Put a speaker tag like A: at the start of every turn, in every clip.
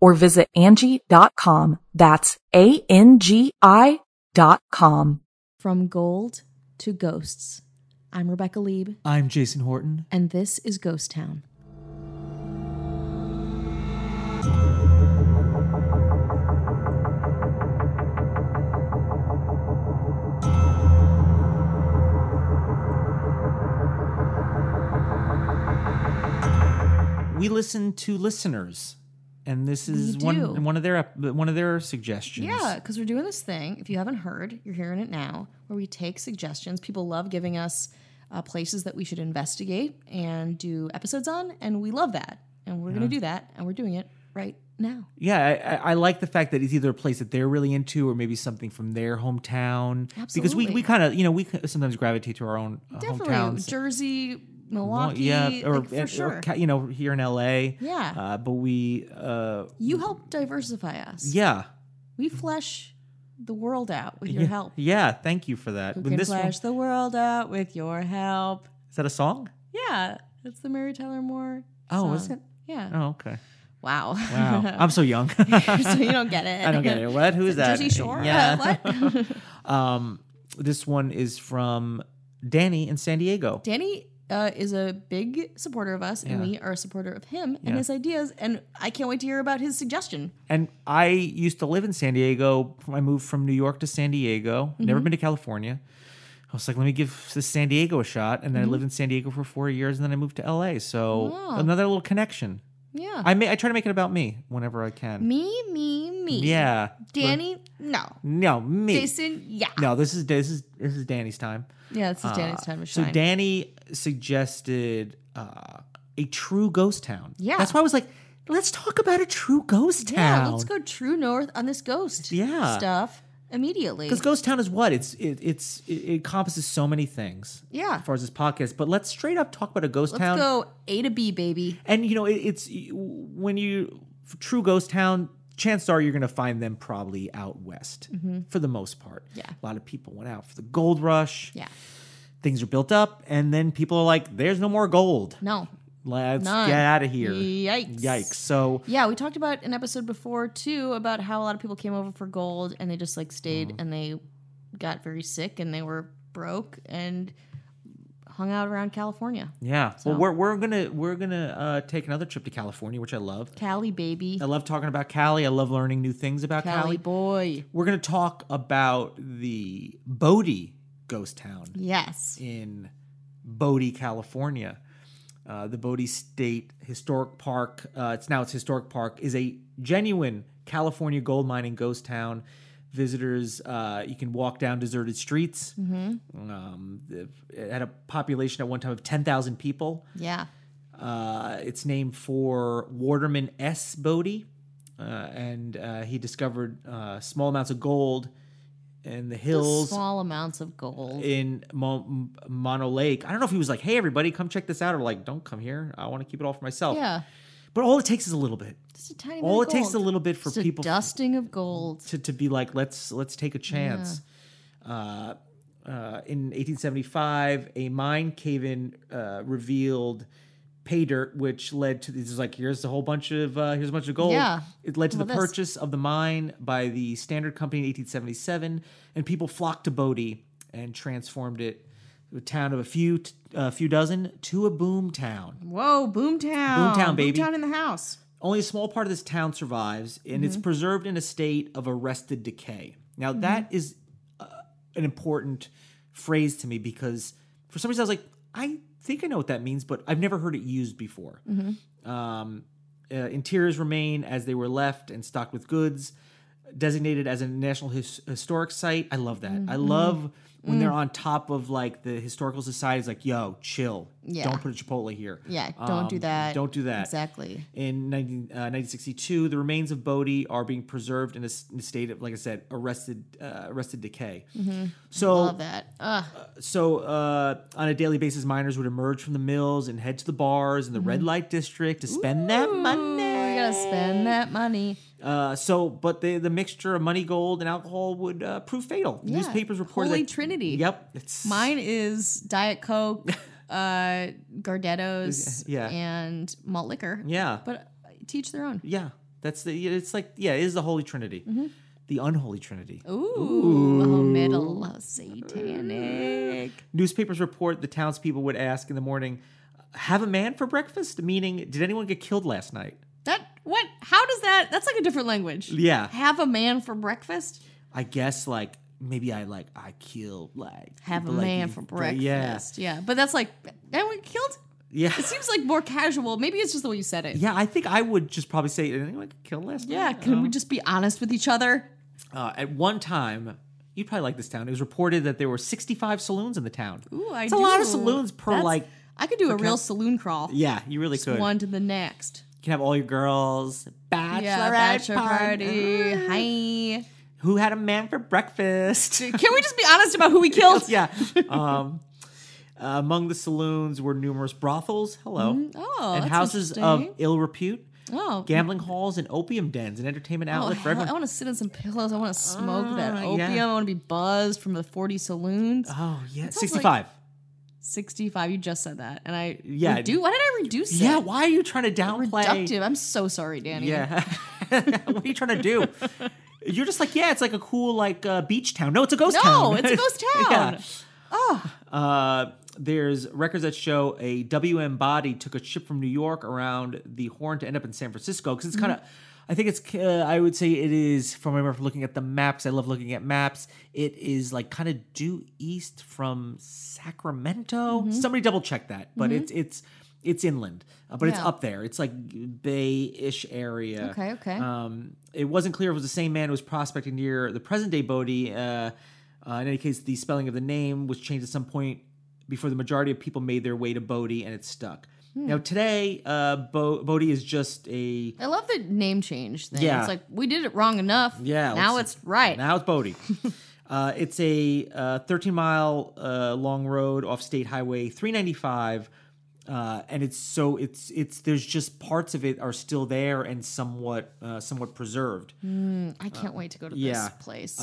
A: or visit Angie.com. That's A-N-G-I dot com.
B: From Gold to Ghosts. I'm Rebecca Lieb,
C: I'm Jason Horton.
B: and this is Ghost Town.
C: We listen to listeners, and this is
B: We do.
C: one one of their ep- one of their suggestions.
B: Yeah, because we're doing this thing. If you haven't heard, you're hearing it now, where we take suggestions. People love giving us uh, places that we should investigate and do episodes on, and we love that. And we're going to do that, and we're doing it right now.
C: yeah. I- I, I like the fact that it's either a place that they're really into, or maybe something from their hometown. Because we,
B: Absolutely.
C: we kind of you know we c- sometimes gravitate to our own uh,
B: Definitely,
C: hometowns.
B: Jersey,
C: Well,
B: Milwaukee,
C: yeah, or,
B: like, for
C: and- or
B: sure.
C: ca- you know here in L.A.
B: Yeah.
C: uh, but we uh,
B: you help diversify us.
C: yeah
B: we flesh the world out with your
C: yeah,
B: help.
C: yeah. Thank you for that.
B: Who
C: When
B: can
C: this one-
B: flesh the world out with your help?
C: is that a song?
B: Yeah, it's the Mary Tyler Moore.
C: Oh, is
B: song.
C: it?
B: Yeah.
C: Oh, okay.
B: Wow.
C: Wow, I'm so young.
B: so you don't get it.
C: I don't get it. What? Who is that?
B: Jersey Shore?
C: Yeah.
B: Uh, what?
C: Um, this one is from Danny in San Diego.
B: Danny uh, is a big supporter of us, and
C: Yeah.
B: we are a supporter of him
C: Yeah.
B: and his ideas. And I can't wait to hear about his suggestion.
C: And I used to live in San Diego. I moved from New York to San Diego.
B: Mm-hmm.
C: Never been to California. I was like, let me give this San Diego a shot. And then I lived in San Diego for four years, and then I moved to LA. So
B: Mm-hmm. Wow.
C: another little connection.
B: Yeah.
C: I may, I try to make it about me whenever I can.
B: me, me, me.
C: Yeah.
B: Danny, no.
C: No, me.
B: Jason, yeah.
C: No, this is this is this is Danny's time.
B: Yeah, this is Danny's
C: Uh,
B: time to
C: so
B: shine.
C: Danny suggested uh, a true ghost town.
B: Yeah.
C: that's why I was like, let's talk about a true ghost town.
B: yeah, let's go true north on this ghost
C: Yeah.
B: stuff immediately.
C: Because ghost town is what it's it, it's it it encompasses so many things.
B: Yeah.
C: as far as this podcast, but let's straight up talk about a ghost
B: Let's
C: town.
B: go A to B, baby.
C: And you know, it, it's when you true ghost town. Chances are you're going to find them probably out west for the most part.
B: Mm-hmm. Yeah.
C: a lot of people went out for the gold rush.
B: Yeah.
C: Things are built up, and then people are like, "There's no more gold.
B: No.
C: Let's
B: None.
C: get out of here."
B: Yikes.
C: Yikes. So
B: Yeah, we talked about an episode before too about how a lot of people came over for gold and they just like stayed
C: Mm-hmm.
B: and they got very sick and they were broke and hung out around California.
C: yeah,
B: So-
C: well, we're we're gonna we're gonna uh, take another trip to California, which I love.
B: Cali baby.
C: I love talking about Cali. I love learning new things about
B: Cali
C: Cali.
B: boy.
C: We're gonna talk about the Bodie ghost town
B: Yes.
C: in Bodie, California. Uh, the Bodie State Historic Park, uh, it's now its historic park, is a genuine California gold mining ghost town. Visitors, uh, you can walk down deserted streets. Um, the- it had a population at one time of 10,000 people.
B: Yeah.
C: Uh, it's named for Warderman S. Bodie, uh, and uh, he discovered uh, small amounts of gold in the
B: Just
C: hills
B: small amounts of gold.
C: in Mo- Mono Lake. I don't know if he was like, "Hey, everybody, come check this out," or like, "Don't come here. I want to keep it all for myself."
B: yeah.
C: But all it takes is a little bit.
B: Just a tiny
C: all it
B: bit of
C: takes is a
B: gold.
C: little bit for
B: Just a
C: people
B: dusting of gold.
C: to, to be like, "Let's let's take a chance." Uh, uh, in 1875, a mine cave-in uh, revealed pay dirt, which led to this is like here's a whole bunch of uh, here's a bunch of gold.
B: Yeah.
C: It led to
B: Well,
C: the
B: this-
C: purchase of the mine by the Standard Company in 1877, and people flocked to Bodie and transformed it, a town of a few t- a few dozen, to a boom town.
B: Whoa, Boomtown.
C: Boomtown, baby.
B: Boomtown in the house. Mm-hmm.
C: Only a small part of this town survives, and it's preserved in a state of arrested decay. Now, that is uh, an important phrase to me because for some reason I was like, I think I know what that means, but I've never heard it used before.
B: Mm-hmm.
C: Um, uh, interiors remain as they were left and stocked with goods, designated as a national his- historic site. I love that. I
B: Mm-hmm.
C: love when
B: Mm.
C: they're on top of like the historical society's like, yo, chill.
B: Yeah.
C: Don't put a Chipotle here. Um,
B: Yeah, don't do that.
C: Don't do that.
B: Exactly.
C: In 19, uh, 1962, the remains of Bodhi are being preserved in a, s- in a state of, like I said, arrested, uh, arrested decay. So
B: Mm-hmm. Love that. Ugh.
C: so uh, on a daily basis, miners would emerge from the mills and head to the bars in the red light district to spend that
B: Mm-hmm. Ooh,
C: money.
B: we gotta spend that money.
C: Uh, so, but the the mixture of money, gold, and alcohol would uh, prove fatal.
B: Yeah.
C: Newspapers reported
B: Holy
C: that-
B: Trinity.
C: Yep, it's
B: Mine is Diet Coke, uh, Gardettos,
C: Yeah.
B: and malt liquor.
C: Yeah,
B: But teach their own.
C: yeah. That's the. It's like yeah, it is the Holy Trinity,
B: Mm-hmm.
C: the unholy Trinity.
B: Ooh, oh, middle, oh, satanic.
C: Newspapers report the townspeople would ask in the morning, "Have a man for breakfast?" Meaning, did anyone get killed last night?
B: That what? How does that? That's like a different language.
C: Yeah,
B: Have a man for breakfast.
C: I guess like maybe I like I kill like
B: Have a
C: people, like,
B: man
C: these-
B: for
C: but
B: breakfast.
C: Yeah,
B: yeah. But that's like anyone killed.
C: yeah,
B: It seems like more casual. Maybe it's just the way you said it.
C: yeah. I think I would just probably say "Did anyone get killed last
B: Yeah,
C: night.
B: Can we just be honest with each other?
C: Uh, at one time, you probably like this town. It was reported that there were sixty-five saloons in the town.
B: Ooh, I
C: It's a lot of
B: do.
C: saloons per, like-
B: I could do a real saloon crawl.
C: Yeah, you really could.
B: One to the next.
C: You can have all your girls bachelorette
B: Yeah, bachelor
C: party.
B: party. Hi.
C: Who had a man for breakfast?
B: Can we just be honest about who we killed?
C: yeah. Um, among the saloons were numerous brothels. Hello.
B: Oh,
C: and
B: that's
C: houses of
B: interesting.
C: ill repute.
B: Oh,
C: gambling halls and opium dens and entertainment
B: Oh,
C: outlet for
B: hell, I
C: everyone.
B: want to sit on some pillows. I want to smoke that
C: Ah,
B: opium.
C: yeah.
B: I want to be buzzed from the 40 saloons.
C: Oh yeah,
B: sounds
C: sixty-five.
B: 65, you just said that. And I,
C: Yeah.
B: redu- why did I reduce it?
C: yeah, why are you trying to downplay?
B: Reductive. I'm so sorry, Danny.
C: Yeah, what are you trying to do? You're just like, yeah, it's like a cool like uh, beach town. No, it's a ghost town.
B: No, it's a ghost town.
C: yeah. Uh, there's records that show a WM body took a ship from New York around the Horn to end up in San Francisco because
B: Mm-hmm.
C: it's kind of. I think it's. Uh, I would say it is. From I remember from looking at the maps. I love looking at maps. It is like kind of due east from Sacramento.
B: Mm-hmm.
C: Somebody double check that, but it's it's it's inland, uh, but it's
B: Yeah.
C: up there. It's like Bay-ish area.
B: Okay, okay.
C: Um, it wasn't clear if it was the same man who was prospecting near the present day Bodhi. Uh, uh, in any case, the spelling of the name was changed at some point before the majority of people made their way to Bodhi and it stuck.
B: Hmm.
C: Now, today, uh, Bo- Bodhi is just a.
B: I love the name change thing.
C: Yeah.
B: It's like, we did it wrong enough.
C: Yeah.
B: Now
C: let's-
B: it's right.
C: Now it's Bodie. uh, it's a uh, 13 mile uh, long road off State Highway 395. Uh, and it's so it's it's there's just parts of it are still there and somewhat uh, somewhat preserved.
B: I can't wait to go to
C: uh, yeah. Uh,
B: this place.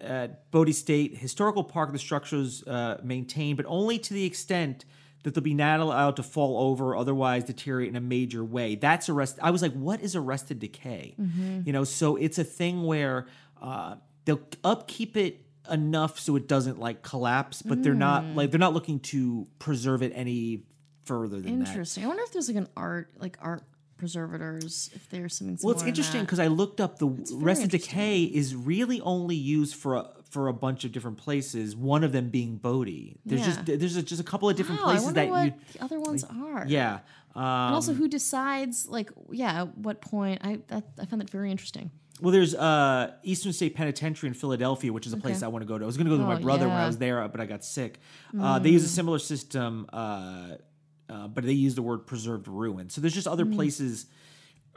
C: at Bodie State Historical Park, the structures uh, maintained, but only to the extent that they'll be not allowed to fall over, otherwise deteriorate in a major way. That's arrest. I was like, what is arrested decay? You know, so it's a thing where uh, they'll upkeep it enough so it doesn't like collapse, but they're not like they're not looking to preserve it any further than that.
B: Interesting. I wonder if there's like an art, like art preservators, if there's something
C: Well, it's
B: similar to
C: interesting
B: that.
C: because I looked up the
B: very
C: rest of
B: interesting.
C: decay is really only used for a, for a bunch of different places. One of them being Bodhi. There's just
B: Yeah.
C: there's a, just a couple of different
B: Wow, Oh, I
C: places
B: wonder
C: that
B: what
C: you
B: the other ones are.
C: yeah. Um,
B: And also, who decides? Like, yeah, at what point? I that I found that very interesting.
C: well, there's uh, Eastern State Penitentiary in Philadelphia, which is a place I want to go to. I was going to go to my
B: Oh,
C: brother when I
B: yeah. Mm.
C: was there, but I got sick. Uh, they use a similar system, uh, uh, but they use the word preserved ruin. So there's just
B: Mm.
C: other places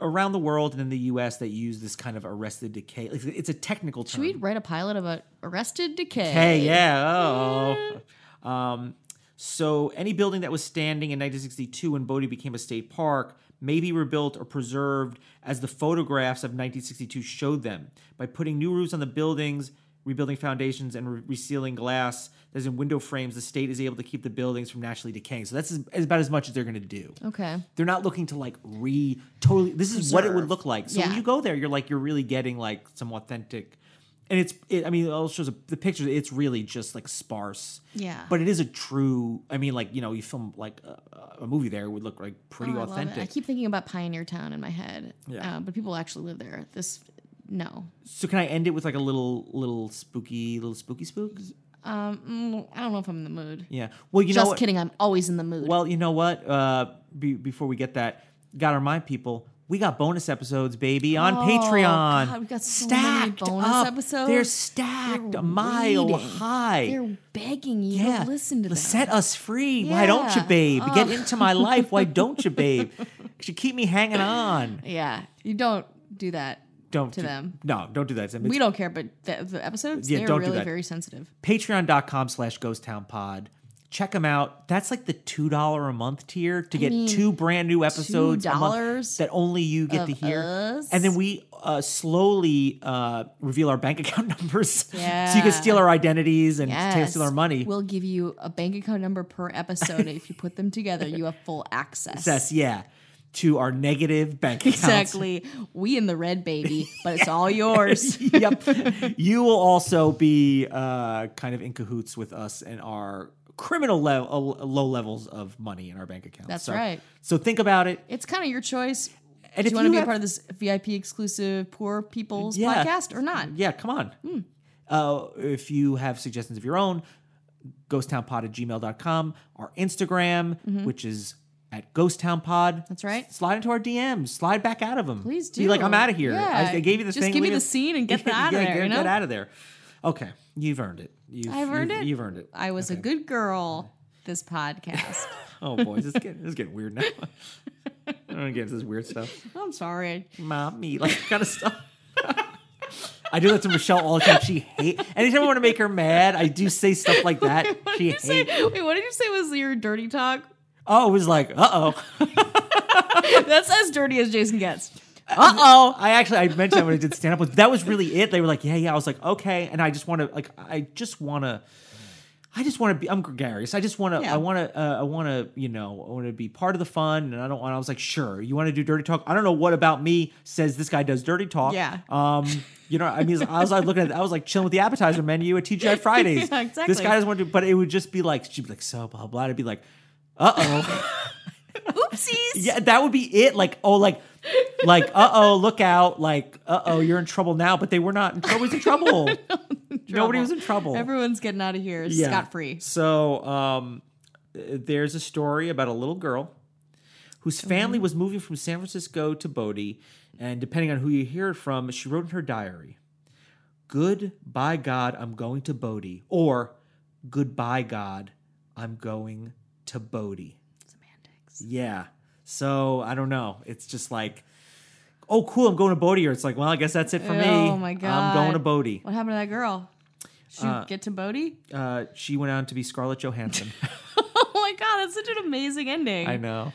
C: around the world and in the U.S. that use this kind of arrested decay. It's, it's a technical term.
B: Should we write a pilot about Arrested Decay?
C: Hey, yeah. Oh. Um, so any building that was standing in 1962 when Bodie became a state park may be rebuilt or preserved as the photographs of 1962 showed them by putting new roofs on the buildings, rebuilding foundations, and re- resealing glass. As in window frames, the state is able to keep the buildings from naturally decaying. So that's as, about as much as they're going to do.
B: Okay.
C: They're not looking to like re totally. This is what it would
B: Preserve.
C: look like. So when
B: Yeah.
C: you go there, you're like you're really getting like some authentic, and it's. It, I mean, it all shows a, the pictures. It's really just like sparse.
B: Yeah.
C: But it is a true. I mean, like you know, you film like a, a movie there, it would look like pretty
B: Oh, I love it. I
C: authentic.
B: keep thinking about Pioneer Town in my head.
C: Yeah.
B: Uh, but people actually live there. This No.
C: So can I end it with like a little little spooky little spooky spook?
B: Um, mm, I don't know if I'm in the mood.
C: Yeah. Well, you know
B: Just
C: what?
B: kidding. I'm always in the mood.
C: Well, you know what? Uh, be, before we get that, gotta remind people we got bonus episodes, baby, on
B: Oh,
C: Patreon.
B: God, we got so many
C: stacked
B: bonus
C: up.
B: episodes.
C: They're
B: They're
C: stacked
B: They're
C: a mile
B: waiting.
C: high.
B: They're begging you
C: yeah,
B: to listen to them.
C: set us free. Why don't you,
B: Yeah. Oh.
C: babe? Get
B: Ugh.
C: into my life. Why don't you, babe? 'Cause you keep me hanging on.
B: Yeah, you don't do that.
C: Don't
B: To
C: do-
B: them.
C: No, don't do that. Sam.
B: we don't care, but the, the episodes
C: Yeah,
B: they're
C: don't do
B: really
C: that.
B: very sensitive.
C: patreon.com slash ghost town pod check them out that's like the two dollar a month tier to get
B: mean,
C: two brand new episodes a month
B: $2
C: that only you get to
B: of
C: hear
B: us?
C: and then we uh, slowly uh, reveal our bank account numbers so you
B: Yeah.
C: can steal our identities and take
B: Yes.
C: steal our money
B: We'll give you a bank account number per episode. and if you put them together, you have full access.
C: Yes, yeah to our negative bank accounts
B: Exactly. We in the red, baby, but it's all yours.
C: yep you will also be uh, kind of in cahoots with us and our criminal level low levels of money in our bank accounts
B: That's
C: So-
B: right.
C: so think about it
B: It's kind of your choice.
C: And
B: Do
C: if
B: you want to
C: you
B: be
C: have-
B: a part of this VIP exclusive Poor People's
C: Yeah.
B: podcast or not?
C: Yeah, come on.
B: Hmm.
C: Uh, if you have suggestions of your own, ghosttownpod at gmail.com, our Instagram, which is at ghosttownpod.
B: Mm-hmm. That's right.
C: S- Slide into our DMs. Slide back out of them.
B: Please do.
C: Be like, I'm out of here.
B: Yeah.
C: I, I gave you the
B: Just
C: thing.
B: give me
C: leave
B: the
C: it-
B: scene and get the out of
C: Yeah,
B: there,
C: Get,
B: you
C: get
B: know?
C: out of there. Okay, you've earned it. You've,
B: I've earned
C: you've-
B: it?
C: You've earned it.
B: I was a good girl this podcast.
C: Oh boy, this is getting, this is getting weird now. I don't want to get into this weird stuff.
B: I'm sorry.
C: mommy, like that kind of stuff. I do that to Michelle all the time. She hate anytime I want to make her mad. I do say stuff like that. She
B: You say,
C: hate.
B: wait, what did you say was your dirty talk?
C: Oh, it was like, uh oh,
B: That's as dirty as Jason gets.
C: uh oh. I actually I mentioned that when I did stand up, but that was really it. They were like, yeah, yeah. I was like, okay, and I just want to like, I just want to. I just want to be. I'm gregarious. I just want to.
B: Yeah.
C: I want to. Uh, I want to. You know. I want to be part of the fun, and I don't want. I was like, sure. You want to do dirty talk? I don't know what about me says this guy does dirty talk.
B: Yeah.
C: Um. You know. I mean, I was like looking at. I was like chilling with the appetizer menu at TGI Fridays.
B: Yeah,
C: This
B: exactly.
C: guy doesn't want to. But it would just be like she'd be like so blah blah. I'd be like, uh oh.
B: Oopsies.
C: Yeah, that would be it. Like, oh, like, like, uh oh, look out. Like, uh oh, you're in trouble now. But they were not. in trouble. was in trouble. Nobody was in trouble.
B: Everyone's getting out of here
C: Yeah.
B: scot free.
C: So, um, there's a story about a little girl whose
B: Mm-hmm.
C: family was moving from San Francisco to Bodie. And depending on who you hear it from, she wrote in her diary Good by God, I'm going to Bodie. Or Goodbye, God, I'm going to Bodie.
B: Semantics.
C: Yeah. So I don't know. It's just like, oh, cool. I'm going to Bodie. Or it's like, well, I guess that's it for me.
B: Oh, my
C: I'm going to
B: God.
C: Bodie.
B: What happened to that girl? She get to Bodie?
C: Uh, she went on to be Scarlett Johansson.
B: Oh my god, that's such an amazing ending.
C: I know.